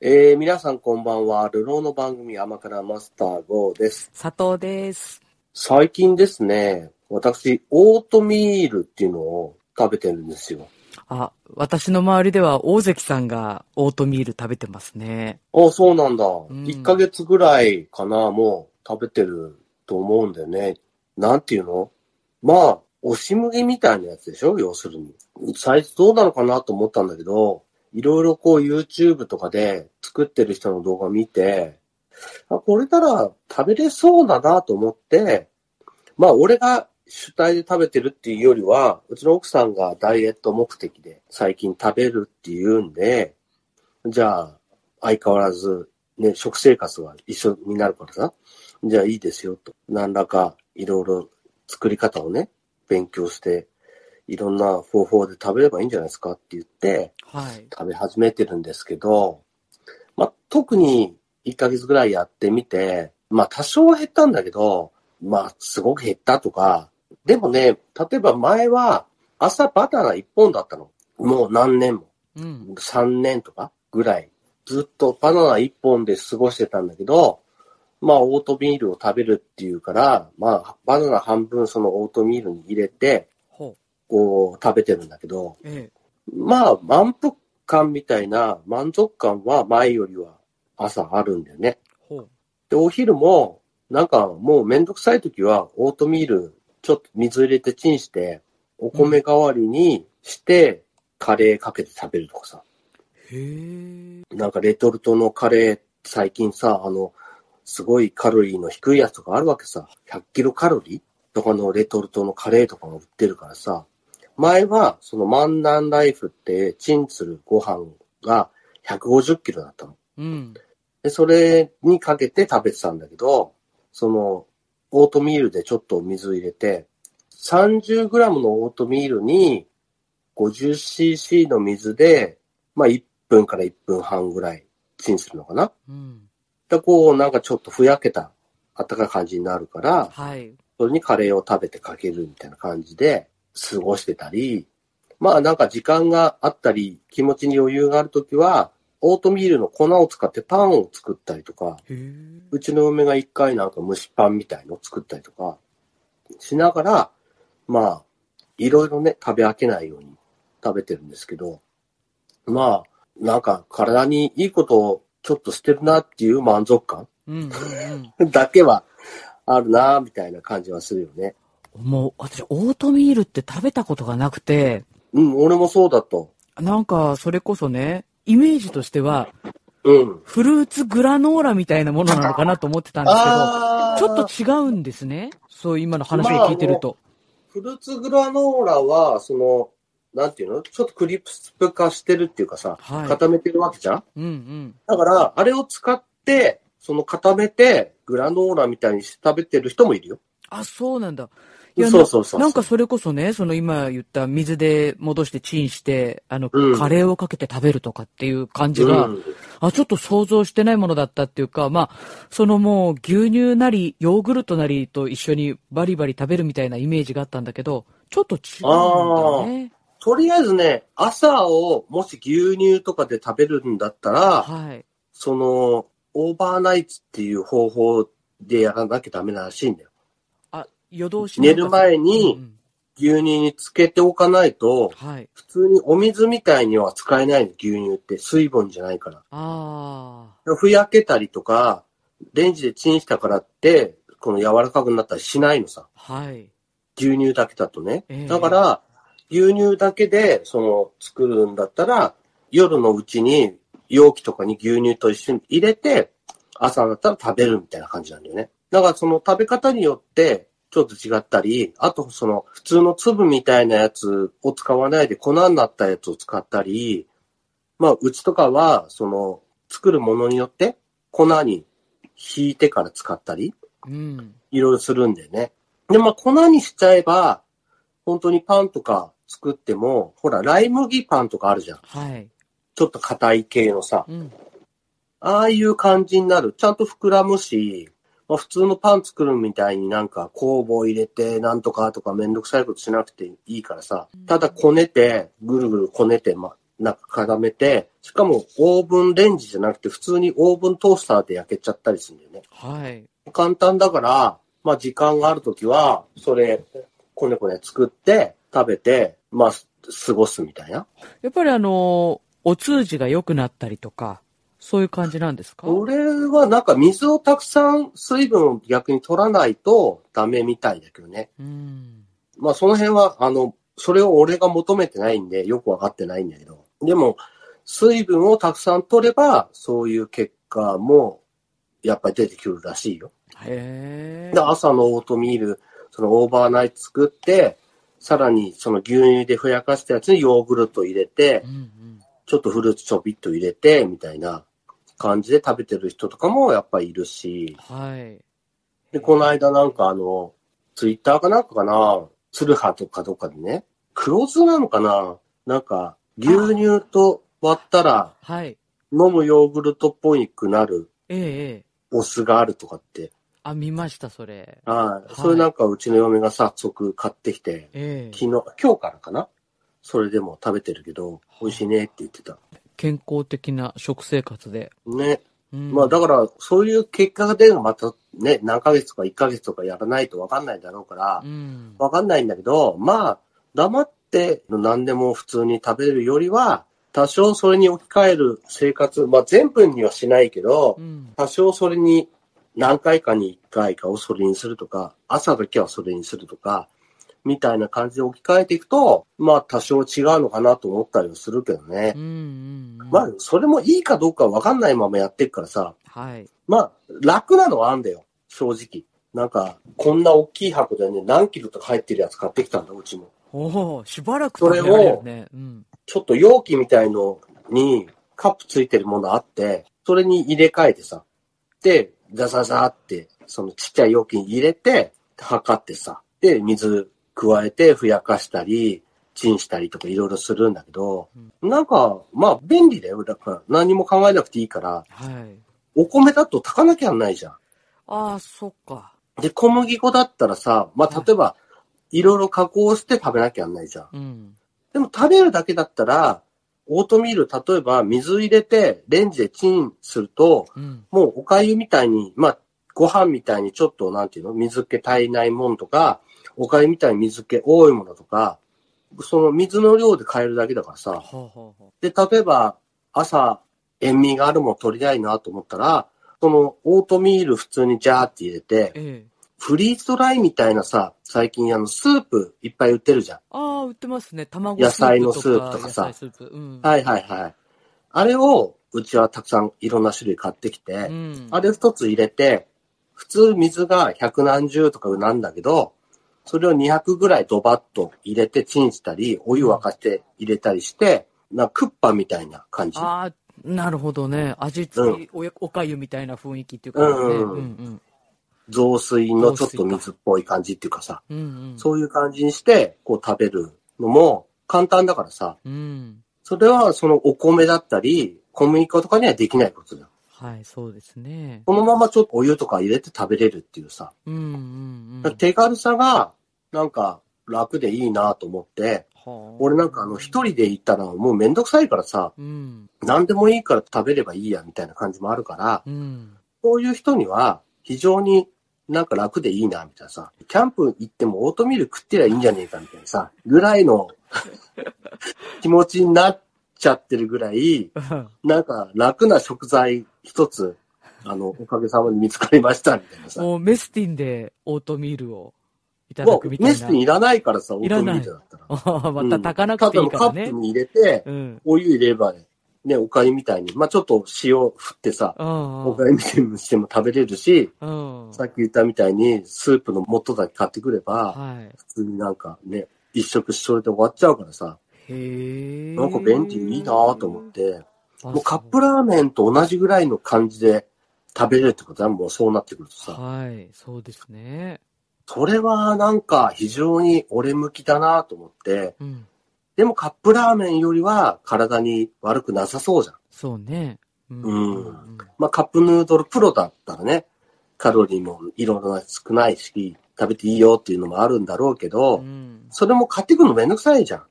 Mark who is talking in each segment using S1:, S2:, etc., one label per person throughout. S1: えー、皆さんこんばんは。流浪の番組、甘辛マスター GO です。
S2: 佐藤です。
S1: 最近ですね、私、オートミールっていうのを食べてるんですよ。
S2: あ、私の周りでは大関さんがオートミール食べてますね。
S1: あそうなんだ。
S2: ん
S1: 1ヶ月ぐらいかな、もう食べてると思うんだよね。なんていうのまあ、押し麦みたいなやつでしょ要するに。サイズどうなのかなと思ったんだけど、いろいろこう YouTube とかで作ってる人の動画見て、あ、これなら食べれそうだなと思って、まあ俺が主体で食べてるっていうよりは、うちの奥さんがダイエット目的で最近食べるっていうんで、じゃあ相変わらず、ね、食生活が一緒になるからさ、じゃあいいですよと、何らかいろいろ作り方をね、勉強して、いろんな方法で食べればいいんじゃないですかって言って、
S2: はい。
S1: 食べ始めてるんですけど、まあ、特に1ヶ月ぐらいやってみて、まあ、多少は減ったんだけど、まあ、すごく減ったとか、でもね、例えば前は朝バナナ1本だったの。もう何年も。
S2: うん。
S1: 3年とかぐらい、ずっとバナナ1本で過ごしてたんだけど、まあ、オートミールを食べるっていうから、まあ、バナナ半分そのオートミールに入れて、
S2: ほ
S1: こう、食べてるんだけど、
S2: う。ええ。
S1: まあ、満腹感みたいな満足感は前よりは朝あるんだよね。
S2: ほう。
S1: で、お昼も、なんかもうめんどくさい時は、オートミール、ちょっと水入れてチンして、お米代わりにして、カレーかけて食べるとかさ。
S2: へえ。
S1: なんかレトルトのカレー、最近さ、あの、すごいカロリーの低いやつとかあるわけさ。100キロカロリーとかのレトルトのカレーとかが売ってるからさ。前は、そのマンダンライフって、チンするご飯が150キロだったの。
S2: うん。
S1: で、それにかけて食べてたんだけど、その、オートミールでちょっと水入れて、30グラムのオートミールに 50cc の水で、まあ1分から1分半ぐらいチンするのかな。
S2: うん。
S1: で、こうなんかちょっとふやけた、あったかい感じになるから、
S2: はい。
S1: それにカレーを食べてかけるみたいな感じで過ごしてたり、まあなんか時間があったり、気持ちに余裕があるときは、オートミールの粉を使ってパンを作ったりとか、
S2: へえ。
S1: うちの嫁が一回なんか蒸しパンみたいのを作ったりとかしながら、まあ、いろいろね、食べ飽きないように食べてるんですけど、まあ、なんか体にいいことをちょっとしてるなっていう満足感
S2: うんうんうん。
S1: だけはあるな、みたいな感じはするよね。
S2: もう、私、オートミールって食べたことがなくて、
S1: うん、俺もそうだと。
S2: なんか、それこそね、イメージとしては、
S1: うん。
S2: フルーツグラノーラみたいなものなのかなと思ってたんです
S1: あ
S2: けど、ちょっと違うんですね。そう、今の話を聞いてると。
S1: フルーツグラノーラは、その、なんていうのちょっとクリスプ化してるっていうかさ、
S2: はい
S1: 固めてるわけじゃん
S2: うんうん。
S1: だから、あれを使って、その固めて、グラノーラみたいにして食べてる人もいるよ。
S2: あ、そうなんだ。いや
S1: そうそうそう。
S2: なんか、それこそね、その今言った水で戻してチンして、あの、
S1: うん
S2: カレーをかけて食べるとかっていう感じ
S1: う
S2: が、
S1: ん、
S2: あ、ちょっと想像してないものだったっていうか、まあ、そのもう牛乳なり、ヨーグルトなりと一緒にバリバリ食べるみたいなイメージがあったんだけど、ちょっと違うんだね。
S1: とりあえずね、朝をもし牛乳とかで食べるんだったら、
S2: はい。
S1: その、オーバーナイツっていう方法でやらなきゃダメらしいんだよ。
S2: あ、夜通し
S1: 寝る前に
S2: うん
S1: 牛乳につけておかないと、
S2: うんはい。
S1: 普通にお水みたいには使えないの牛乳って水分じゃないから。
S2: あ
S1: ふやけたりとか、レンジでチンしたからって、この柔らかくなったりしないのさ。
S2: あ、はい。
S1: 牛乳だけだとね。
S2: ええ
S1: だから、牛乳だけで、その、作るんだったら、夜のうちに、容器とかに牛乳と一緒に入れて、朝だったら食べるみたいな感じなんだよね。だからその食べ方によって、ちょっと違ったり、あとその、普通の粒みたいなやつを使わないで粉になったやつを使ったり、まあ、うちとかは、その、作るものによって、粉に引いてから使ったり、
S2: うん。
S1: いろいろするんだよね。で、まあ、粉にしちゃえば、本当にパンとか作っても、ほら、ライ麦パンとかあるじゃん。
S2: はい。
S1: ちょっと硬い系のさ。
S2: うん。
S1: ああいう感じになる。ちゃんと膨らむし、まあ、普通のパン作るみたいになんか酵母入れてなんとかとかめんどくさいことしなくていいからさ
S2: うん、
S1: ただこねて、ぐるぐるこねて、ま、なんか固めて、しかもオーブンレンジじゃなくて普通にオーブントースターで焼けちゃったりするんだよね。
S2: はい。
S1: 簡単だから、まあ時間があるときは、それ、こねこね作って、食べて、まあ、過ごすみたいな。
S2: やっぱりあの、お通じが良くなったりとか、そういう感じなんですか
S1: これはなんか水をたくさん、水分を逆に取らないとダメみたいだけどね。
S2: うん。
S1: まあその辺は、あの、それを俺が求めてないんで、よくわかってないんだけど。でも、水分をたくさん取れば、そういう結果も、やっぱり出てくるらしいよ。
S2: へえ
S1: で。朝のオートミール、そのオーバーナイト作って、さらにその牛乳でふやかしたやつにヨーグルト入れて
S2: うん、うん。
S1: ちょっとフルーツちょびっと入れて、みたいな感じで食べてる人とかもやっぱりいるし、
S2: はい。
S1: で、この間なんかあの、ツイッターかなんかかな、ツルハとかどっかでね、黒酢なのかななんか、牛乳と割ったら
S2: はい。
S1: 飲むヨーグルトっぽいくなる
S2: ええええ。
S1: お酢があるとかって。
S2: あ、見ました、それ。
S1: はい。
S2: い
S1: それなんかうちの嫁が早速買ってきて、
S2: え
S1: 昨
S2: え。
S1: 日、今日からかなそれでも食べてるけど、美味しいねって言ってた。
S2: 健康的な食生活で。
S1: ね。
S2: うん、
S1: まあだから、そういう結果が出るのはまたね、何ヶ月とか1ヶ月とかやらないとわかんないだろうから
S2: う、ん。
S1: わかんないんだけど、まあ、黙って何でも普通に食べるよりは、多少それに置き換える生活、まあ全部にはしないけど
S2: う、ん。
S1: 多少それに何回かに1回かをそれにするとか、朝だけはそれにするとか、みたいな感じで置き換えていくと、まあ多少違うのかなと思ったりはするけどね
S2: うん。。うん
S1: まあ、それもいいかどうかわかんないままやっていくからさ、
S2: はい。
S1: まあ楽なのはあんだよ、正直。なんか、こんな大きい箱でね、何キロとか入ってるやつ買ってきたんだ、うちも。
S2: おお、しばらく
S1: そ
S2: 食
S1: れ
S2: べ
S1: を
S2: られるね。うん。
S1: ちょっと容器みたいのにカップついてるものあって、それに入れ替えてさ、で、ザザザって、そのちっちゃい容器に入れて、測ってさ、で、水加えてふやかしたり、チンしたりとかいろいろするんだけど、なんか、まあ便利だよ。だから何も考えなくていいから、
S2: はい。
S1: お米だと炊かなきゃなんないじゃん。
S2: ああ、そっか。
S1: で、小麦粉だったらさ、まあ例えば、いろいろ加工して食べなきゃなんないじゃん。
S2: うん。
S1: でも食べるだけだったら、オートミール、例えば水入れてレンジでチンすると、
S2: うん。
S1: もうお粥みたいに、まあ、ご飯みたいにちょっと、なんていうの、水気足りないものとか、お粥みたいに水気多いものとか、その水の量で変えるだけだから
S2: は
S1: さ。
S2: あ、はあは
S1: で、例えば朝塩味があるもの取りたいなと思ったら、そのオートミール普通にジャーって入れ
S2: あ、
S1: て、
S2: ええ。
S1: フリーズドライみたいなさ、最近あのスープいっぱい売ってるじゃん。
S2: ああ、売ってますね。卵
S1: 野菜のスープとかさ
S2: 野菜スープ。うん。
S1: はいはいはい。あれを、うちはたくさんいろんな種類買ってきて、
S2: うん。
S1: あれ一つ入れて、普通水が百何十とかなんだけど、それを200ぐらいドバッと入れてチンしたり、お湯沸かして入れたりして、なんかクッパみたいな感じ。
S2: ああ、なるほどね。味付き、おやおかゆみたいな雰囲気っていうかね。
S1: うん
S2: うんうん。
S1: 雑炊のちょっと水っぽい感じっていうかさ、
S2: うんうん。
S1: そういう感じにして、こう食べるのも簡単だからさ、
S2: うん。
S1: それはそのお米だったり、小麦粉とかにはできないことだよ。
S2: はい、そうですね。
S1: このままちょっとお湯とか入れて食べれるっていうさ、
S2: うんうんうん。
S1: 手軽さが、なんか、楽でいいなと思って、
S2: はあ
S1: 俺なんかあの、一人で行ったらもうめんどくさいからさ、
S2: うん。
S1: 何でもいいから食べればいいや、みたいな感じもあるから、
S2: うん。
S1: そういう人には、非常になんか楽でいいな、みたいなさ、キャンプ行ってもオートミール食ってりゃいいんじゃねえか、みたいなさ、ぐらい の気持ちになっちゃってるぐらい、なんか楽な食材一つ、あの、おかげさまで見つかりました、みたいなさ。
S2: もうメスティンでオートミールをいた
S1: も
S2: だ
S1: う
S2: くみたいな。
S1: メスティンいらないからさ、オ
S2: い
S1: ー
S2: ら
S1: トミ
S2: ない
S1: ールだったら。
S2: ああ また炊かなくていいから
S1: うんただカッ
S2: ね
S1: プ。に入れて、
S2: うん。
S1: お湯入れればね、ねおかゆみたいに、まあちょっと塩振ってさ、
S2: うん
S1: おかゆみたいにしても食べれるし、
S2: うん。
S1: さっき言ったみたいにスープの素だけ買ってくれば、
S2: は
S1: 普通になんかね、一食それで終わっちゃうからさ、
S2: い。へえ。
S1: なんか便利いいなと思って、
S2: あ。
S1: もうカッ
S2: ラ
S1: プラーメンと同じぐらいの感じで食べれるってことはもうそうなってくるとさ、
S2: はい、そうですね。
S1: それはなんか非常に俺向きだなと思って、
S2: うん。
S1: でもカップラーメンよりは体に悪くなさそうじゃん。
S2: そうね。うん
S1: うんまあ、カップヌードルプロだったらね、カロリーもいろいろな少ないし、食べていいよっていうのもあるんだろうけど、
S2: うん。
S1: それも買ってくるのめんどくさいじゃん。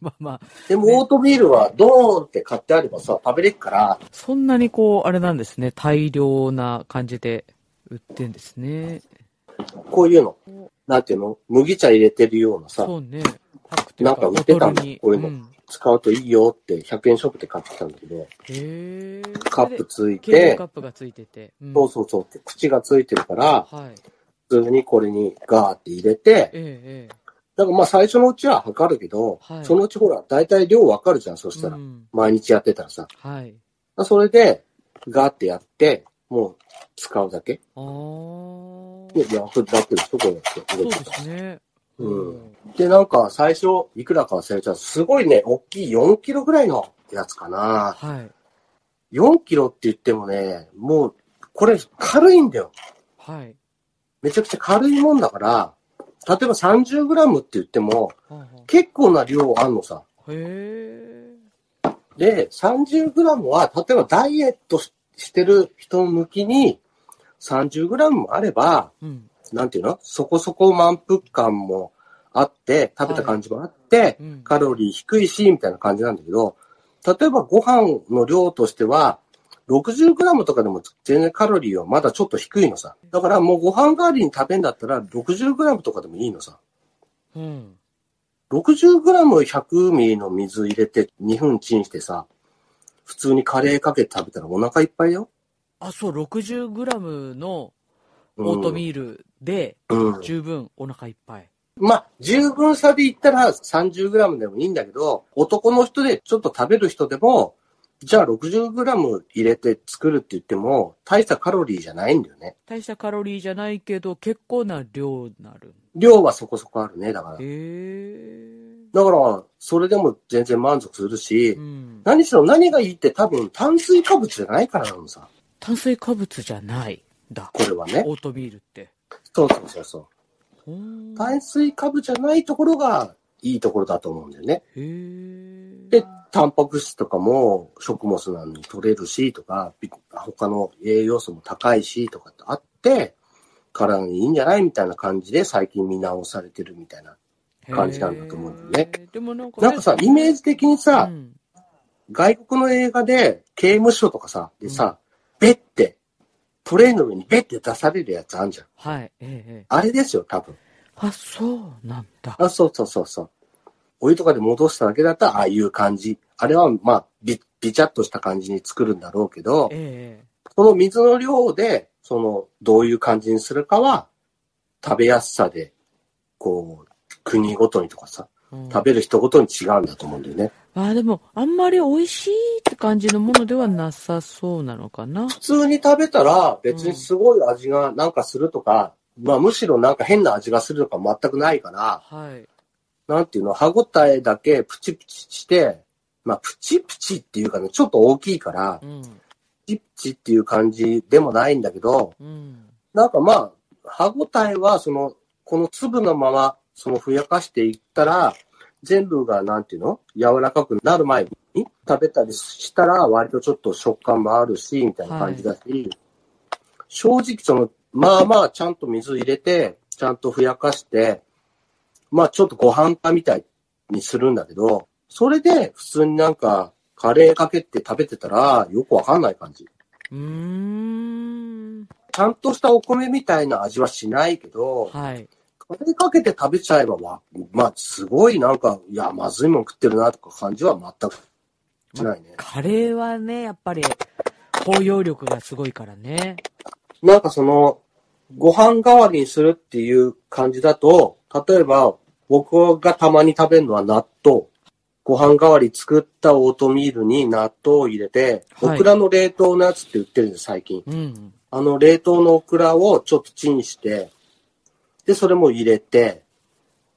S2: まあまあ、
S1: で
S2: ね
S1: もオートミールはドーンって買ってあればさ、食べれっから、
S2: そんなにこう、あれなんですね、大量な感じで売ってんですね。
S1: こういうの、なんていうの麦茶入れてるようなさ、
S2: そうね。パックというか、
S1: なんか売
S2: ボ
S1: って
S2: ト
S1: た
S2: ル
S1: んだ
S2: に。
S1: こういうの
S2: ん
S1: 使うといいよって100円ショップで買ってきたんだけど、
S2: へー
S1: カップつい
S2: それで計量
S1: て
S2: カッ、プがついてて。うん
S1: そうそうそうって、口がついてるから、
S2: はい。
S1: 普通にこれにガーって入れて、
S2: ええ、ええ。
S1: だからまあ最初のうちは測るけど、
S2: はい
S1: そのうちほら、大体量わかるじゃん、そしたら。
S2: うん
S1: 毎日やってたらさ。
S2: はい。
S1: それで、ガーってやって、もう使うだけ。
S2: ああ。そ
S1: で、楽だってる人、こうやって
S2: う
S1: 動い
S2: で
S1: てたら
S2: すね。
S1: うんで、なんか最初、いくらか忘れちゃう。すごいね、大きい4キロぐらいのやつかな。
S2: はい。
S1: 4キロって言ってもね、もう、これ軽いんだよ。
S2: はい。
S1: めちゃくちゃ軽いもんだから、例えば30グラムって言っても、
S2: はあは
S1: 結構な量あんのさ。
S2: あへえ。
S1: で、30グラムは、例えばダイエットししてる人向きに、30グラムあれば、
S2: うん。
S1: なんていうのそこそこ満腹感もあって、食べた感じもあって、
S2: うん。
S1: カロリー低いし、みたいな感じなんだけど、例えばご飯の量としては、60g とかでも全然カロリーはまだちょっと低いのさ。だからもうご飯代わりに食べんだったら 60g とかでもいいのさ。
S2: うん。
S1: 60g100ml の水入れて2分チンしてさ、普通にカレーかけて食べたらお腹いっぱいよ。
S2: あ、そう、60グラムの
S1: うん
S2: オートミールで
S1: うん
S2: 十分お腹いっぱい。
S1: まあ、十分差で言ったら 30g でもいいんだけど、男の人でちょっと食べる人でも、じゃあ 60g 入れて作るって言っても、大したカロリーじゃないんだよね。
S2: 大したカロリーじゃないけど、結構な量になる。
S1: 量はそこそこあるね、だから。
S2: へ
S1: だから、それでも全然満足する
S2: え。
S1: し
S2: う、ん。
S1: 何しろ何がいいって多分炭水化物じゃないからなのさ、
S2: 炭水化物じゃない。だ。
S1: これはね。
S2: オートミールって。
S1: そうそうそうそう。
S2: ほー
S1: 炭水化物じゃないところがいいところだと思うんだよね。
S2: へえ。
S1: で、タンパク質とかも食物なのに取れるしとか、ビ他の栄養素も高いしとかってあって、体にいいんじゃないみたいな感じで最近見直されてるみたいな。感じなんだと思うんだよね
S2: へー。でもなんかね、
S1: なんかさ、イメージ的にさ
S2: う、ん
S1: 外国の映画で刑務所とかさ、でさ、ベッて、トレイの上にベッて出されるやつあんじゃん。
S2: はい。ええええ。
S1: あれですよ、多分。
S2: あ、そうなんだ。
S1: あ、そうそうそうそう。お湯とかで戻しただけだったら、ああいう感じ。あれは、まあ、び、びちゃっとした感じに作るんだろうけど、
S2: ええ
S1: この水の量で、その、どういう感じにするかは、食べやすさで、こう、国ごとにとかさ、
S2: うん
S1: 食べる人ごとに違うんだと思うんだよね。
S2: あでも、あんまり美味しいって感じのものではなさそうなのかな。
S1: 普通に食べたら、別にすごい味がなんかするとか、まあむしろなんか変な味がするとか全くないから、
S2: はい。
S1: なんていうの、歯ごたえだけプチプチして、まあプチプチっていうかね、ちょっと大きいから
S2: う、ん。
S1: プチプチっていう感じでもないんだけど、
S2: うん。
S1: なんかまあ、歯ごたえは、その、この粒のまま、その、ふやかしていったら、全部が、なんていうの柔らかくなる前に食べたりしたら、割とちょっと食感もあるし、みたいな感じだし、正直、その、まあまあ、ちゃんと水入れて、ちゃんとふやかして、まあ、ちょっとご飯化みたいにするんだけど、それで、普通になんか、カレーかけて食べてたら、よくわかんない感じ。
S2: うーん。
S1: ちゃんとしたお米みたいな味はしないけど、
S2: はい。
S1: カレーかけて食べちゃえばわ、まあ、すごいなんか、いや、まずいもん食ってるなとか感じは全くしないね。
S2: カレーはね、やっぱり、包容力がすごいからね。
S1: なんかその、ご飯代わりにするっていう感じだと、例えば、僕がたまに食べるのは納豆。ご飯代わり作ったオートミールに納豆を入れて、
S2: はい
S1: オクラの冷凍のやつって売ってるんです、最近。
S2: うん。
S1: あの、冷凍のオクラをちょっとチンして、で、それも入れて、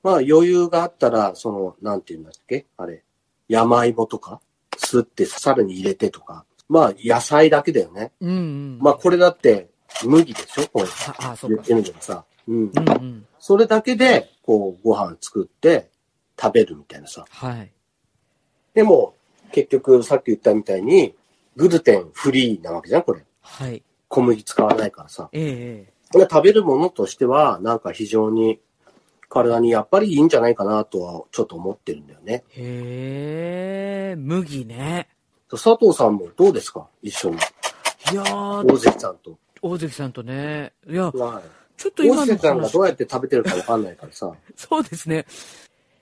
S1: まあ余裕があったら、その、なんていうんだっけあれ、山芋とか、すってさらに入れてとか。まあ野菜だけだよね。
S2: うん、うん。
S1: まあこれだって麦でしょこう
S2: あ、あ、そ
S1: 言
S2: う
S1: っ
S2: か
S1: て。るけどさ。うん
S2: う。んうん。
S1: それだけで、こう、ご飯作って食べるみたいなさ。
S2: はい。
S1: でも、結局さっき言ったみたいに、グルテンフリーなわけじゃんこれ。
S2: はい。
S1: 小麦使わないからさ。
S2: ええ
S1: これ食べるものとしては、なんか非常に体にやっぱりいいんじゃないかなとはちょっと思ってるんだよね。
S2: へえ、麦ね。
S1: 佐藤さんもどうですか一緒に。
S2: いやー、
S1: 大関さんと。
S2: 大関さんとね。いや、
S1: はい。
S2: ちょっと
S1: 大
S2: 今の
S1: 関さんが
S2: 話
S1: ど、うやって食べてるかわかんないからさ。
S2: そうですね。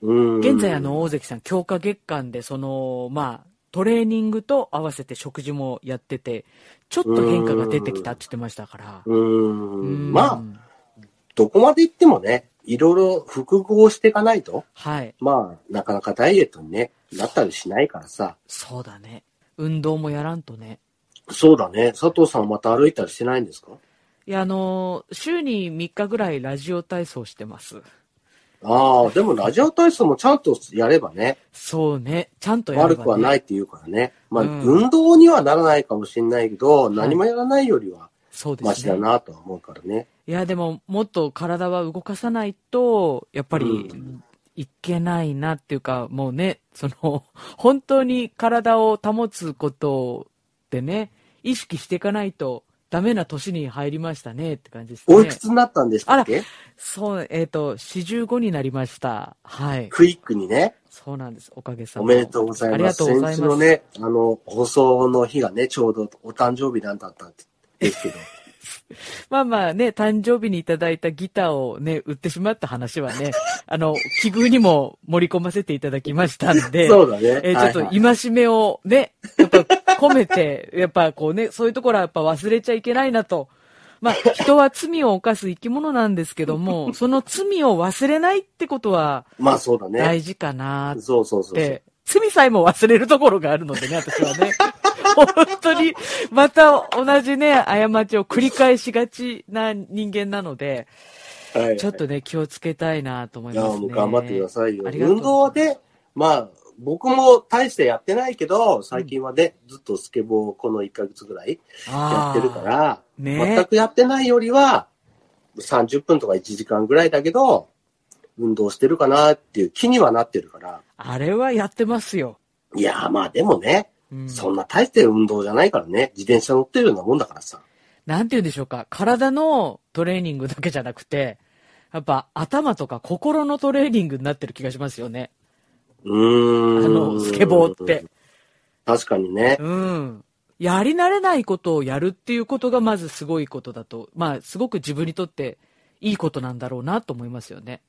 S1: うん。
S2: 現在、あの、大関さん、強化月間で、その、まあ、トレーニングと合わせて食事もやってて、ちょっと変化が出てきたって言ってましたから。
S1: う。
S2: うんん
S1: まあ、どこまで行ってもね、いろいろ複合していかないと、
S2: はい。
S1: まあ、なかなかダイエットにね、なったりしないからさ。
S2: そうだね。運動もやらんとね。
S1: そうだね。佐藤さんまた歩いたりしてないんですか
S2: いや、あのー週に3日ぐらいラジオ体操してます。
S1: ああ、でもラジオ体操もちゃんとやればね、
S2: そうね。ちゃんとやれば、ね。
S1: 悪くはないって言うからね。まあ、
S2: うん
S1: 運動にはならないかもしれないけど、何もやらないよりは
S2: そうで
S1: マ
S2: す
S1: シ
S2: ね
S1: だ。なとは思うからね。
S2: いや、でも、もっと体は動かさないと、やっぱり
S1: う、
S2: いけないなっていうか、もうね、その、 本当に体を保つことでね、意識していかないと、ダメな年に入りましたねって感じですね。
S1: おいくつになったんでしたっけ
S2: そう、えっ、と、45になりました。はい。
S1: クイックにね、
S2: そうなんです。おかげさ
S1: お
S2: ま
S1: めでとうござ
S2: あ
S1: い
S2: り
S1: ま
S2: が
S1: す。
S2: とうございます。
S1: 先日のね、あの、放送の日がね、ちょうどお誕生日なんだったんですけど。
S2: まあまあね、誕生日にいただいたギターをね、売ってしまった話はね、 あの、奇遇にも盛り込ませていただきましたんで、
S1: そうだね。
S2: えーちょっ
S1: はいは
S2: と
S1: い
S2: 戒めをね、やっぱ込めて、 やっぱこうね、そういうところはやっぱ忘れちゃいけないなと。まあ、人は罪を犯す生き物なんですけど も、その罪を忘れないってことは
S1: まあそうだね。
S2: 大事かなっ
S1: そうそうそうそう。
S2: て、罪さえも忘れるところがあるのでね、私はね。 本当に、また同じね、過ちを繰り返しがちな人間なので、
S1: はい
S2: ちょっとね、気をつけたいなと思
S1: い
S2: い
S1: や、
S2: ますね。
S1: もう頑張ってくださいよ。
S2: ありがとう
S1: 運動はね、まあ、僕も大してやってないけど、最近はね、ずっとスケボーをこの1ヶ月ぐらいや
S2: あ
S1: っ
S2: ー
S1: てるか。ら、
S2: ね
S1: 全くやってないよりは、30分とか1時間ぐらいだけど、運動してるかなっていう気にはなってるから。
S2: あれはやってますよ。
S1: いやーまあでもね、
S2: うん
S1: そんな大して運動じゃないからね、自転車乗ってるようなもんだからさ。
S2: なんて言うんでしょうか。体のトレーニングだけじゃなくて、やっぱ頭とか心のトレーニングになってる気がしますよね。
S1: う
S2: あ
S1: ーん。
S2: の、スケボーって。。
S1: 確かにね。
S2: うん。やり慣れないことをやるっていうことがまずすごいことだと、まあ、すごく自分にとっていいことなんだろうなと思いますよね。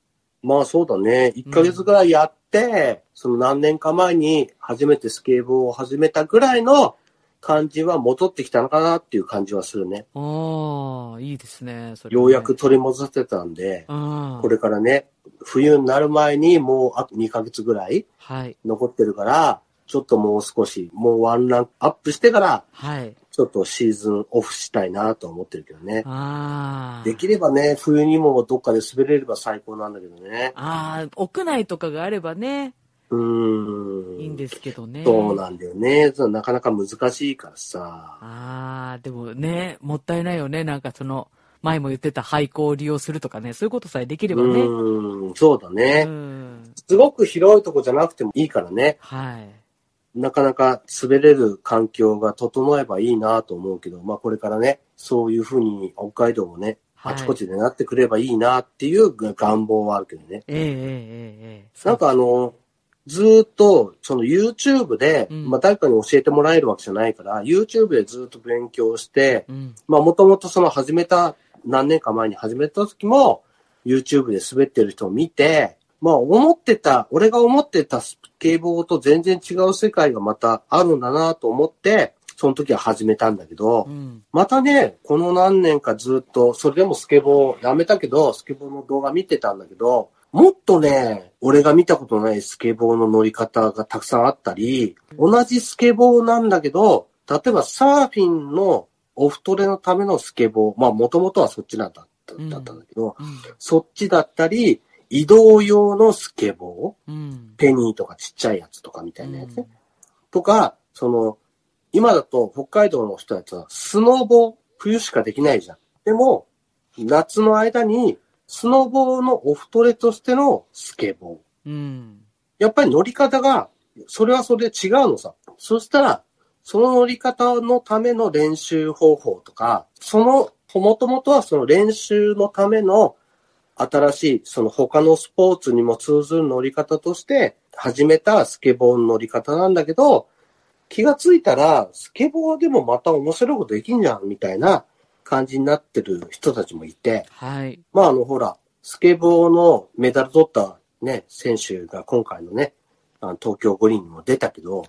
S1: まあそうだね。1ヶ月ぐらいやって、その何年か前に初めてスケボーを始めたぐらいの感じは戻ってきたのかなっていう感じはするね。
S2: ああ、いいですね。それね
S1: ようやく。取り戻せたんで、
S2: うん。
S1: これからね、冬になる前にもうあと2ヶ月ぐらい
S2: はい。
S1: 残ってるから、ちょっともう少し、もうワンランクアップしてから、
S2: はい。
S1: ちょっとシーズンオフしたいなと思ってるけどね。
S2: ああ。
S1: できればね、冬にもどっかで滑れれば最高なんだけどね。
S2: ああ、屋内とかがあればね、
S1: うーん。
S2: いいんですけどね。
S1: そうなんだよね。そのなかなか難しいからさ。
S2: ああ、でもね、もったいないよね。なんかその、前も言ってた廃校を利用するとかね、そういうことさえでき
S1: う
S2: ればね。
S1: ーん、そうだ
S2: う
S1: ね。
S2: ん。
S1: すごく広いとこじゃなくてもいいからね。
S2: はい。
S1: なかなか滑れる環境が整えばいいなと思うけど、まあこれからね、そういうふうに北海道もね、
S2: はい
S1: あちこちでなってくればいいなっていう願望はあるけどね。
S2: ええええええ。
S1: なんかあの、ずーっと、その YouTube で、
S2: うん
S1: まあ誰かに教えてもらえるわけじゃないから、YouTube でずーっと勉強して、
S2: うん。
S1: まあもともとその始めた、何年か前に始めた時も、YouTube で滑ってる人を見て、まあ思ってた、俺が思ってたスケボーと全然違う世界がまたあるんだなと思って、その時は始めたんだけど、
S2: うん。
S1: またね、この何年かずっと、それでもスケボーやめたけど、スケボーの動画見てたんだけど、もっとね、俺が見たことないスケボーの乗り方がたくさんあったり、同じスケボーなんだけど、例えばサーフィンのオフトレのためのスケボー、まあもともとはそっちなんだった
S2: うん
S1: だったんだけど、
S2: うん
S1: そっちだったり、移動用のスケボー、
S2: うん。
S1: ペニーとかちっちゃいやつとかみたいなやつ
S2: うん
S1: ね。とか、その、今だと北海道の人たちはスノボ、冬しかできないじゃん。でも、夏の間にスノボのオフトレとしてのスケボー。
S2: うん。
S1: やっぱり乗り方が、それはそれで違うのさ。そしたら、その乗り方のための練習方法とか、その、もともとはその練習のための新しい、その他のスポーツにも通ずる乗り方として始めたスケボーの乗り方なんだけど、気がついたら、スケボーでもまた面白いことできんじゃん、みたいな感じになってる人たちもいて、
S2: はい。
S1: まああのほら、スケボーのメダル取ったね、選手が今回のね、あの東京五輪にも出たけど、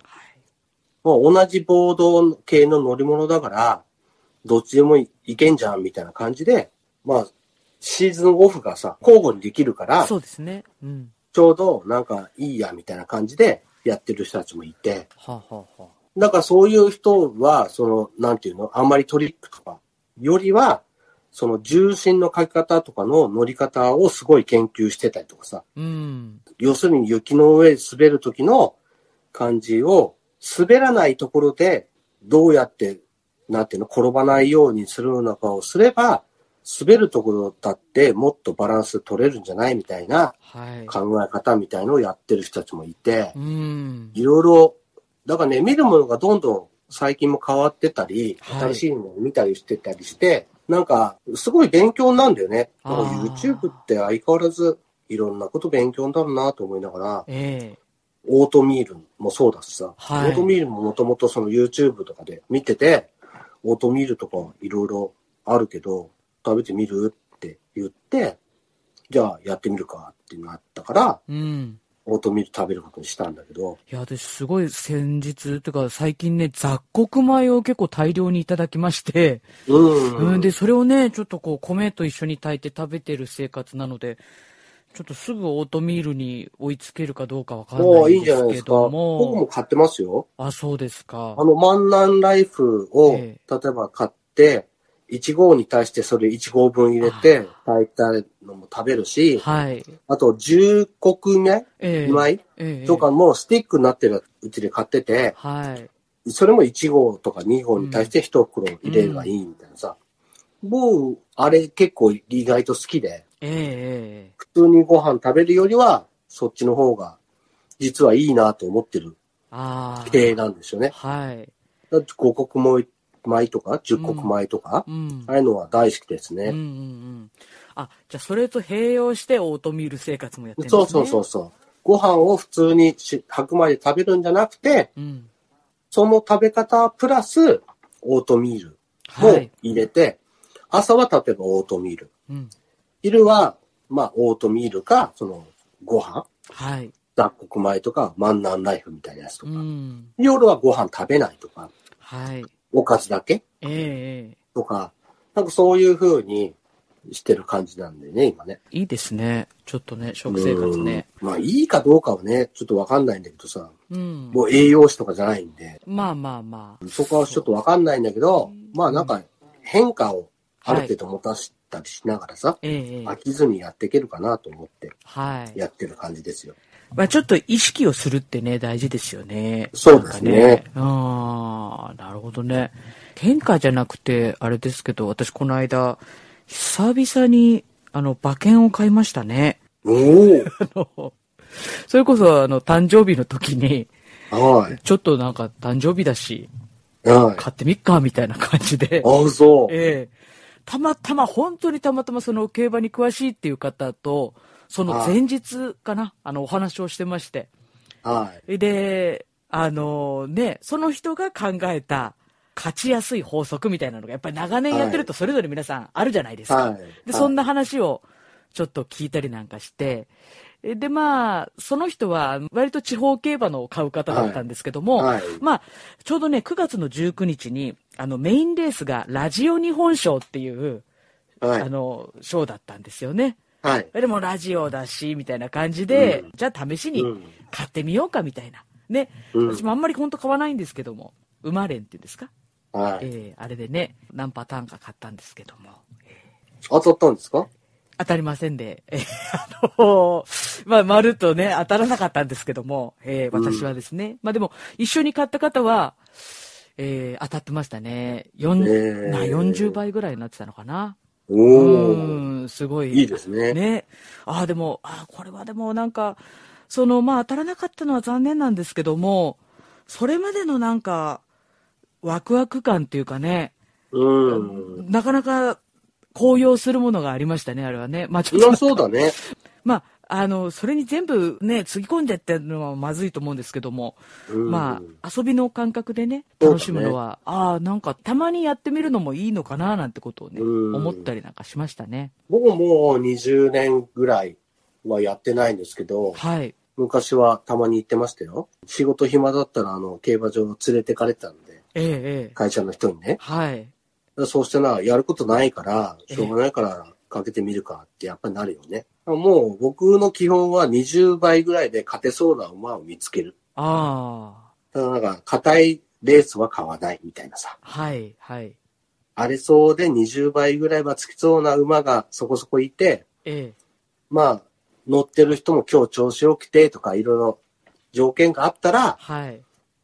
S1: もう同じボード系の乗り物だから、どっちでもいけんじゃんみたいな感じで、まあ、シーズンオフがさ、交互にできるから、
S2: そうですね。うん。
S1: ちょうどなんかいいやみたいな感じでやってる人たちもいて、
S2: はあ、はあは
S1: だからそういう人は、その、なんていうの、あんまりトリックとかよりは、その重心のかけ方とかの乗り方をすごい研究してたりとかさ、
S2: あ、うん。
S1: 要するに雪の上滑る時の感じを滑らないところでどうやって、なんていうの、転ばないようにするのかをすれば、滑るところだってもっとバランス取れるんじゃないみたいな
S2: はい。
S1: 考え方みたいのをやってる人たちもいて
S2: う、ん。
S1: いろいろ、だからね、見るものがどんどん最近も変わってたり、
S2: はい
S1: 新しいものを見たりしてたりして、なんか、すごい勉強になんだよね。だから
S2: あー
S1: YouTube って相変わらず、いろんなこと勉強になるなと思いながら、
S2: ええ
S1: オートミールもそうだしさ、
S2: はい
S1: オートミールももともとその YouTube とかで見てて、オートミールとかいろいろあるけど、食べてみるって言って、じゃあやってみるかってなったから、
S2: うん。
S1: オートミール食べることにしたんだけど、
S2: いや、私すごい先日、とか最近ね、雑穀米を結構大量にいただきまして、
S1: うん
S2: うん、で、それをね、ちょっとこう、米と一緒に炊いて食べてる生活なので、ちょっとすぐオートミールに追いつけるかどうかわかん
S1: お
S2: な
S1: ーい
S2: い
S1: い
S2: ん
S1: んじ
S2: で
S1: ゃない
S2: す
S1: で
S2: け
S1: すか。
S2: ど
S1: 僕
S2: も
S1: も、買ってますよ。
S2: あ、そうですか
S1: あ。の、万南ライフを、
S2: え
S1: 例えば買って、1号に対してそれ1号分入れて、炊いたのも食べるし、
S2: はい。
S1: あと、十穀米
S2: ええ
S1: 米
S2: ええ
S1: とかもスティックになってるうちで買ってて、
S2: はい。
S1: それも1号とか2号に対して1袋入れればいいみたいなさ。もう、あれ結構意外と好きで、
S2: ええええ
S1: 普通にご飯食べるよりは、そっちの方が、実はいいなと思ってる
S2: ああ。
S1: 系なんですよね。
S2: はい。
S1: だって五穀米米とか十穀米とか、
S2: うん。
S1: ああいうのは大好きです
S2: うんうんう
S1: ね。
S2: ん。あ、じゃあそれと併用してオートミール生活もやってるんです
S1: そ
S2: ね。
S1: うそうそうそう。ご飯を普通にし白米で食べるんじゃなくて、
S2: う。うん。
S1: その食べ方プラスオートミール
S2: は
S1: も
S2: い。
S1: 入れて、朝は例えばオートミール。
S2: うん。
S1: 昼は、まあ、オートミールか、その、ご飯、
S2: はい。
S1: 雑穀米とか、万南ライフみたいなやつと
S2: う
S1: か、
S2: ん。
S1: 夜はご飯食べないとか、
S2: はい。
S1: おかずだけ
S2: ええええ
S1: とか、なんかそういう風にしてる感じなんでね、今ね。
S2: いいですね。ちょっとね、食生活ね。
S1: うん。まあ、いいかどうかはね、ちょっとわかんないんだけどさ、
S2: うん。
S1: もう栄養士とかじゃないんで、
S2: まあまあまあ。
S1: そこはちょっとわかんないんだけど、まあなんか変化をある程度持たせたりしながらさ、
S2: ええええ
S1: 飽きずにやっていけるかなと思って
S2: はい。
S1: やってる感じですよ。
S2: まあちょっと意識をするってね、大事ですよね。
S1: そうですね
S2: なんかああ、なるほどね。喧嘩じゃなくて、あれですけど、私この間、久々に、あの、馬券を買いましたね。
S1: おー
S2: あのそれこそ、あの、誕生日の時に、
S1: はい。
S2: ちょっとなんか誕生日だし、
S1: はい。
S2: 買ってみっか、みたいな感じで。
S1: あ、そう。
S2: ええたまたま、本当にたまたまその競馬に詳しいっていう方と、その前日かな、あの、お話をしてまして。
S1: はい。
S2: で、あのね、その人が考えた勝ちやすい法則みたいなのが、やっぱり長年やってるとそれぞれ皆さんあるじゃないですか。
S1: はい。
S2: で、そんな話をちょっと聞いたりなんかして、えで、まあ、その人は割と地方競馬のを買う方だったんですけども、
S1: はい。
S2: まあ、ちょうどね、9月の19日に、あの、メインレースがラジオ日本賞っていう、
S1: はい。は
S2: あ
S1: い。
S2: の、賞だったんですよね。
S1: はい。
S2: でもラジオだし、みたいな感じで、
S1: うん
S2: じゃあ試し
S1: う
S2: に
S1: ん
S2: 買ってみようか、みたいな。ね、
S1: うん
S2: 私もあんまり本当買わないんですけども、馬連っていうんですか、
S1: はい。
S2: えーあれでね、何パターンか買ったんですけども、
S1: 当たったんですか
S2: 当たりませんで、えーあのまあ、まるっとね、当たらなかったんですけども、えー私はですね、まあでも、一緒に買った方は、えー当たってましたね。四
S1: えー
S2: な40倍ぐらいになってたのかな。
S1: お
S2: う
S1: ー。
S2: ん、すごい。
S1: いいですね。
S2: ね。ああ、でも、ああ、これはでもなんか、その、まあ当たらなかったのは残念なんですけども、それまでのなんか、ワクワク感っていうかね、
S1: うん。
S2: なかなか高揚するものがありましたね、あれはね。まあ、ち
S1: そ
S2: ょっ
S1: り
S2: と
S1: ゃ、そうだね。
S2: まあ、あの、それに全部ね、つぎ込んでってのはまずいと思うんですけども、
S1: うん
S2: まあ、遊びの感覚でね、
S1: そうだね
S2: 楽しむのは、ああ、なんかたまにやってみるのもいいのかな、なんてことをね、
S1: うん
S2: 思ったりなんかしましたね。
S1: 僕ももう20年ぐらいはやってないんですけど、
S2: はい。
S1: 昔はたまに行ってましたよ。仕事暇だったら、あの、競馬場を連れてかれてたんで、
S2: ええええ。
S1: 会社の人にね。
S2: はい。
S1: そうしたら、やることないから、しょうがないからかけてみるかってやっぱりなるよね。もう僕の基本は20倍ぐらいで勝てそうな馬を見つける。
S2: ああ、
S1: ただなんか、硬いレースは買わないみたいなさ。
S2: はい、はい。
S1: 荒れそうで20倍ぐらいはつきそうな馬がそこそこいて、
S2: ええ。
S1: まあ、乗ってる人も今日調子良くてとかいろいろ条件があったら、
S2: はい。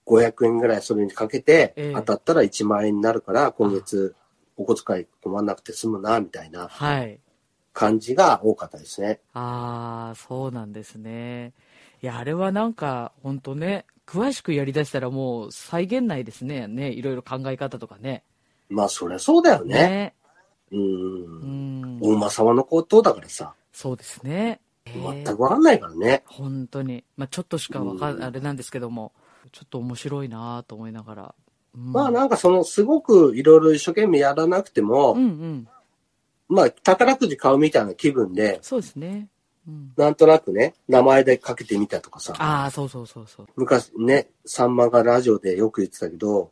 S1: 500円ぐらいそれにかけて
S2: ええ、
S1: 当たったら1万円になるから、今月お小遣い困らなくて済むな、みたいな
S2: はい。
S1: 感じが多かったですね。
S2: ああ、そうなんですね。いや、あれはなんか、ほんとね、詳しくやりだしたらもう再現ないですね。ね、いろいろ考え方とかね。
S1: まあ、そりゃそうだよね。
S2: ね。
S1: う。
S2: うんん。
S1: お馬様のことだからさ、
S2: そうですね。
S1: 全くわかんないからね。
S2: 本当に。まあ、ちょっとしかわか
S1: うん
S2: ん、あれなんですけども、ちょっと面白いなと思いながら。うん
S1: まあ、なんかその、すごくいろいろ一生懸命やらなくても、
S2: うんうん。
S1: まあ、宝くじ買うみたいな気分で、
S2: そうですね。うん。
S1: なんとなくね、名前でかけてみたとかさ、
S2: ああ、そうそうそうそう。
S1: 昔ね、さんまがラジオでよく言ってたけど、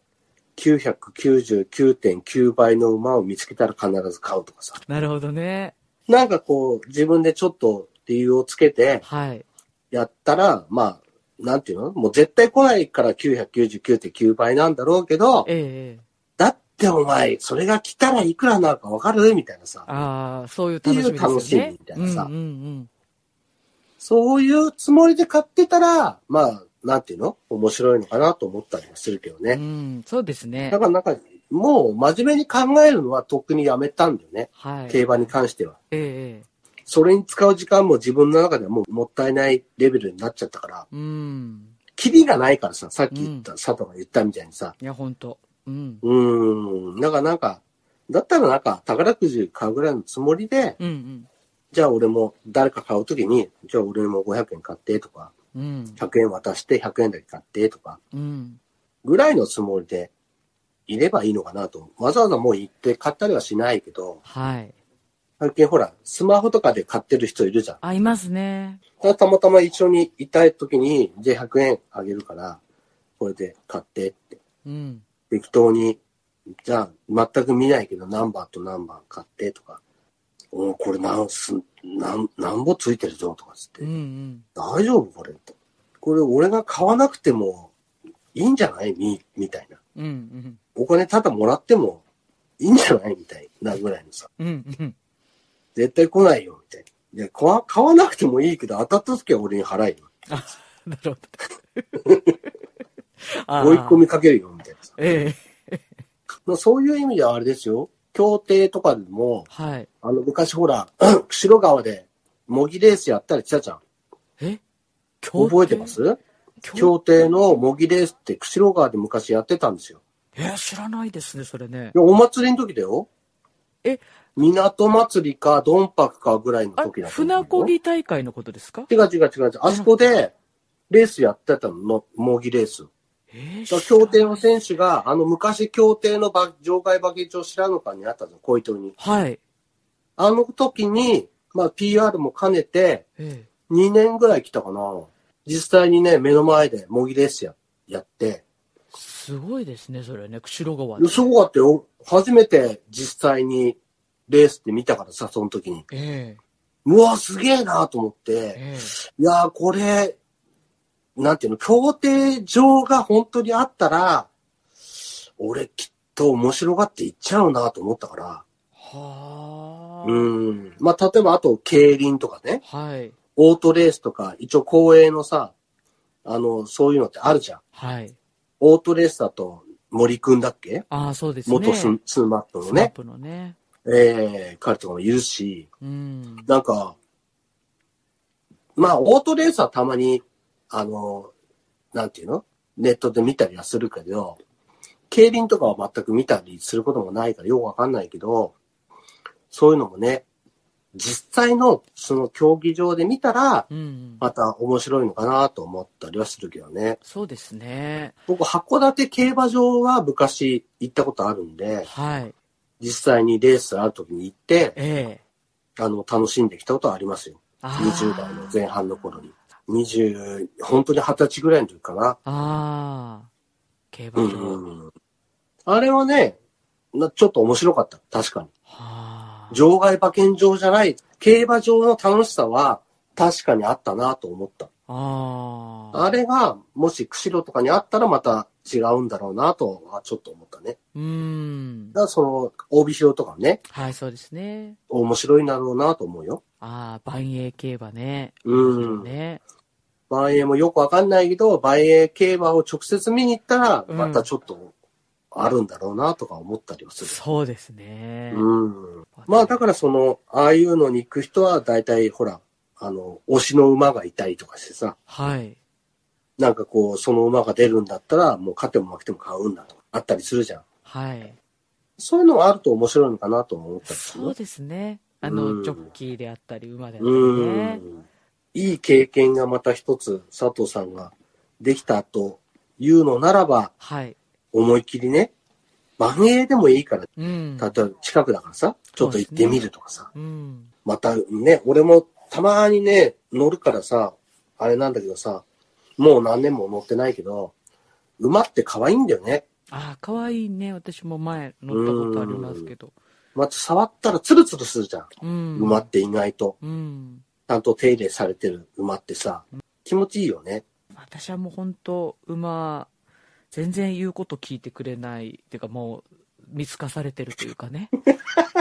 S1: 999.9倍の馬を見つけたら必ず買うとかさ。
S2: なるほどね。
S1: なんかこう、自分でちょっと理由をつけて
S2: はい。
S1: やったら、まあ、なんていうのもう絶対来ないから999.9倍なんだろうけど、
S2: ええええ。
S1: だってお前、それが来たらいくらなのかわかるみたいなさ。
S2: ああ、そういう楽しみですよね。
S1: っていう楽しみみたいなさ
S2: うんうんうん。
S1: そういうつもりで買ってたら、まあ、なんていうの面白いのかなと思ったりもするけどね。
S2: うん、そうですね
S1: だ。からなんか、もう真面目に考えるのはとっくにやめたんだよね。
S2: はい。
S1: 競馬に関しては。
S2: ええええ
S1: それに使う時間も自分の中ではもうもったいないレベルになっちゃったから、
S2: うん。
S1: キリがないからさ、さっき言った、佐藤が言ったみたいにさ、
S2: いや、本当うん。
S1: うーん、なんかなんか、だったらなんか宝くじ買うぐらいのつもりで、
S2: うん
S1: じゃあ俺も誰か買うときに、じゃあ俺も500円買ってとか、
S2: うん。うん。
S1: 100円渡して100円だけ買ってとか、
S2: うん。
S1: ぐらいのつもりでいればいいのかなと。わざわざもう行って買ったりはしないけど、
S2: はい。
S1: 最近ほら、スマホとかで買ってる人いるじゃん。
S2: あ、いますね。
S1: たたまたま一緒にいたい時に、じゃあ100円あげるから、これで買ってって。
S2: うん。
S1: 適当に、じゃあ全く見ないけど、ナンバーとナンバー買ってとか、おーこれなんす、なん、なんぼついてるぞとかつって、
S2: うんうん。
S1: 大丈夫これって。これ俺が買わなくてもいいんじゃないみ、みたいな。
S2: うんうん。
S1: お金ただもらってもいいんじゃないみたいなぐらいのさ。
S2: うんうん。
S1: 絶対来ないよ、みたいな。いや、買わ買わなくてもいいけど、当たった時は俺に払えよ。
S2: なる ほど。
S1: 追い込
S2: み。
S1: みかけるよ、みたいなさ。
S2: ええ。
S1: まあ、そういう意味ではあれですよ。協定とかでも、
S2: はい。
S1: あの、昔ほら、 釧路川で模擬レースやったりしたじゃん。
S2: え
S1: 覚えてます協定の模擬レースって釧路川で昔やってたんですよ。
S2: え、知らないですね、それね
S1: い。やお祭りの時だよ。
S2: え
S1: 港祭りか、ドンパクかぐらいの
S2: あ
S1: 時だ、と思うよ
S2: 船こぎ大会のことですか
S1: 違う違う違う違う。あそこで、レースやってたのの、模擬レース。
S2: ええ。
S1: だから競艇の選手が、あの昔競艇のば場外馬券場白野間にあったの、小糸に。
S2: はい。
S1: あの時に、まあ PR も兼ねて、
S2: え
S1: 2年ぐらい来たかな。実際にね、目の前で模擬レースややって、
S2: え。すごいですね、それね。釧路川
S1: いやすごかったよ。初めて実際にレースって見たからさ、その時に。
S2: え
S1: うわ、すげえなと思っ
S2: え。
S1: て。
S2: え
S1: いやー、これ、なんていうの、競艇場が本当にあったら、俺きっと面白がっていっちゃうなと思ったから。
S2: え。はあ。
S1: うん。まあ、例えば、あと、競輪とかね、
S2: はい。
S1: オートレースとか、一応公営のさ、あの、そういうのってあるじゃん。
S2: はい。
S1: オートレースだと、森くんだっけ
S2: ああ、そうですね。
S1: 元ス,、スマップの
S2: スマッ
S1: ね、
S2: プのね。
S1: えー、彼とかもいるし、
S2: うん。
S1: なんか、まあ、オートレースはたまに、あの、なんていうのネットで見たりはするけど、競輪とかは全く見たりすることもないからよくわかんないけど、そういうのもね、実際のその競技場で見たら、
S2: うんうん。
S1: また面白いのかなと思ったりはするけどね。
S2: そうですね。
S1: 僕、函館競馬場は昔行ったことあるんで、
S2: はい。
S1: 実際にレースある時に行って、
S2: ええ
S1: あの、楽しんできたことはありますよ。
S2: あー
S1: 20代の前半の頃に。20、本当に20歳ぐらいの時かな。
S2: ああ。競馬
S1: う
S2: 場。
S1: んうんうん。あれはね、なちょっと面白かった。確かに。
S2: はあ。
S1: 場外馬券場じゃない、競馬場の楽しさは確かにあったなと思った。
S2: ああ。
S1: あれが、もし釧路とかにあったらまた違うんだろうなとはちょっと思ったね。
S2: うーん
S1: だ。からその、帯広とかね、
S2: はい、そうですね。
S1: 面白いんだろうなと思うよ。
S2: ああ、万栄競馬ね。
S1: うん。
S2: ね。
S1: 万栄もよくわかんないけど、万栄競馬を直接見に行ったら、
S2: うん
S1: またちょっとあるんだろうなとか思ったりはする。
S2: そうですね。
S1: うん。まあだからその、ああいうのに行く人は大体ほら、あの、推しの馬がいたりとかしてさ、
S2: はい。
S1: なんかこう、その馬が出るんだったら、もう勝ても負けても買うんだとか、あったりするじゃん。
S2: はい。
S1: そういうのがあると面白いのかなとも思ったりする
S2: そう
S1: よ。
S2: ですね。あ
S1: う
S2: の、
S1: ん
S2: ジョッキーであったり、馬であったり
S1: う
S2: ね。
S1: ん。いい経験がまた一つ、佐藤さんができたというのならば、
S2: はい。
S1: 思いっきりね、万栄でもいいから、
S2: うん。
S1: 例えば近くだからさ、ちょっと行ってみるとかさ、
S2: うん。
S1: またね、俺もたまにね、乗るからさ、あれなんだけどさ、もう何年も乗ってないけど、馬って可愛いんだよね。
S2: ああ、かわいいね。私も前乗ったことありますけど。
S1: また触ったらツルツルするじゃん。
S2: うん。
S1: 馬って意外と。
S2: うん。
S1: ちゃんと手入れされてる馬ってさ、気持ちいいよね。
S2: 私はもう本当馬、全然言うこと聞いてくれない。っていうかもう、見透かされてるというか ね。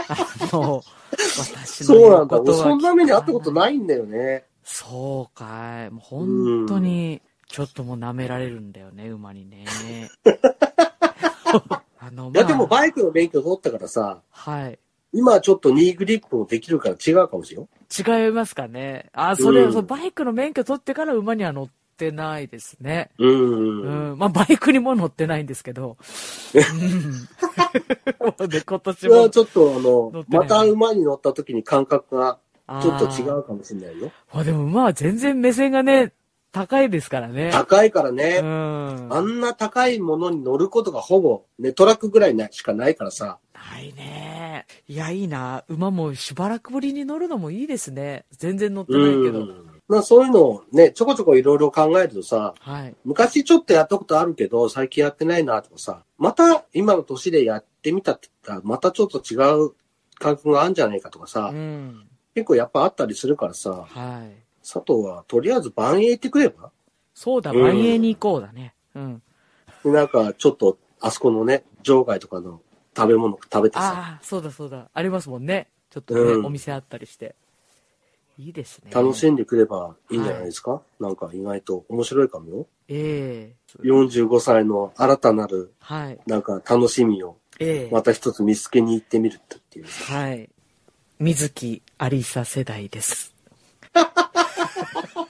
S2: あの、私の
S1: そう
S2: 言
S1: な
S2: うん
S1: だ。
S2: こと
S1: 俺
S2: は聞かない。
S1: そんな目に遭ったことないんだよね。
S2: そうかい。もう本当に、ちょっともう舐められるんだよね、馬に ね。あの、
S1: いやでも
S2: まあ
S1: バイクの免許取ったからさ、
S2: はい。
S1: 今はちょっとニーグリップもできるから違うかもしれんよ。
S2: 違いますかね。あ、それ、
S1: うん
S2: そのバイクの免許取ってから馬には乗ってないですね。
S1: う。
S2: うんん。まあ、バイクにも乗ってないんですけ ど。うん。 もうね、今
S1: そ
S2: 年
S1: れは
S2: も。
S1: ちょっとあ
S2: 乗っ
S1: の、
S2: てない
S1: また馬に乗った時に感覚が
S2: あー
S1: ちょっと違う。かもしれないよ。
S2: まあ、でも馬は全然目線がね、高いですからね。
S1: 高いから
S2: う
S1: ね、
S2: ん。
S1: あんな高いものに乗ることがほぼ、ね、トラックぐらいなしかないからさ、
S2: ないね。いや、いいな。馬もしばらくぶりに乗るのもいいですね。全然乗ってないけど。
S1: うんまあそういうのをね、ちょこちょこいろいろ考えるとさ、
S2: はい。
S1: 昔ちょっとやったことあるけど、最近やってないなとかさ、また今の年でやってみたって言ったら、またちょっと違う感覚があるんじゃないかとかさ、
S2: うん。
S1: 結構やっぱあったりするからさ、
S2: はい。
S1: 佐藤はとりあえず万栄行ってくれば
S2: そうだ、
S1: うん
S2: 万栄に行こうだね。うん。
S1: でなんかちょっとあそこのね、場外とかの食べ物食べてさ、
S2: ああ、そうだそうだ。ありますもんね。ちょっとね、
S1: うん
S2: お店あったりして。いいですね。
S1: 楽し
S2: い。
S1: んでくればいいんじゃないですか、なんか意外と面白いかもよ。
S2: ええ
S1: 45歳の新たなる
S2: はい。
S1: なんか楽しみを
S2: ええ
S1: また一つ見つけに行ってみるっていう。
S2: はい。水木ありさ世代です。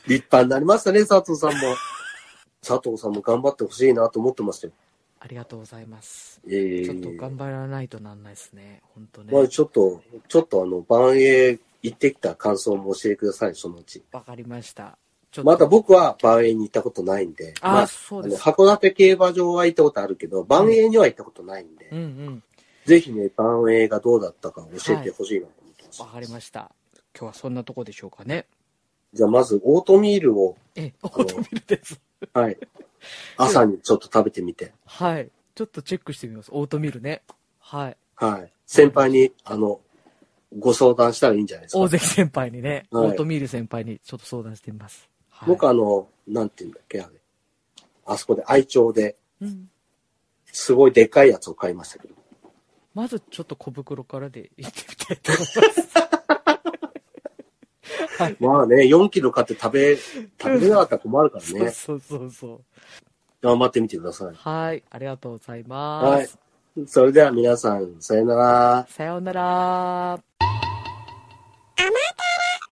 S1: 立派になりましたね、佐藤さん も。佐藤さんも頑張ってほしいなと思ってますよ。
S2: ありがとうございます。
S1: えー
S2: ちょっと頑張らないとなんないですね。本当ね。
S1: まあちょっと、ちょっとあの、万栄行ってきた感想も教えてください、そのうち。
S2: わかりました。ちょっと
S1: まだ僕は万栄に行ったことないんで、
S2: あー
S1: まあ、
S2: そう
S1: あ
S2: で
S1: の
S2: す
S1: 函館競馬場は行ったことあるけど、万栄には行ったことないんで、
S2: うんうん。
S1: ぜひね、万栄がどうだったか教えてほしいなと思ってます。
S2: わかりました。今日はそんなとこでしょうかね。
S1: じゃあまず、オートミール を、
S2: え、オートミールです。
S1: はい、朝にちょっと食べてみて、
S2: はい。ちょっとチェックしてみます。オートミールね。はい。
S1: はい。先輩に、あの、ご相談したらいいんじゃないです
S2: 大
S1: か。
S2: 関先輩にね、
S1: はい
S2: オートミール先輩にちょっと相談してみます。はい。
S1: 僕あの、なんて言うんだっけ、あれ。あそこで愛鳥で、
S2: うん
S1: すごいでかいやつを買いましたけど。
S2: まずちょっと小袋からで行ってみたいと思います。はい。
S1: まあね、4キロ買って 食べ、食べれなかったら困るから
S2: そう
S1: ね。
S2: そうそうそう。
S1: 頑張ってみてください。
S2: はい。ありがとうございます。
S1: はい。それでは皆さん、さよなら。
S2: さようなら。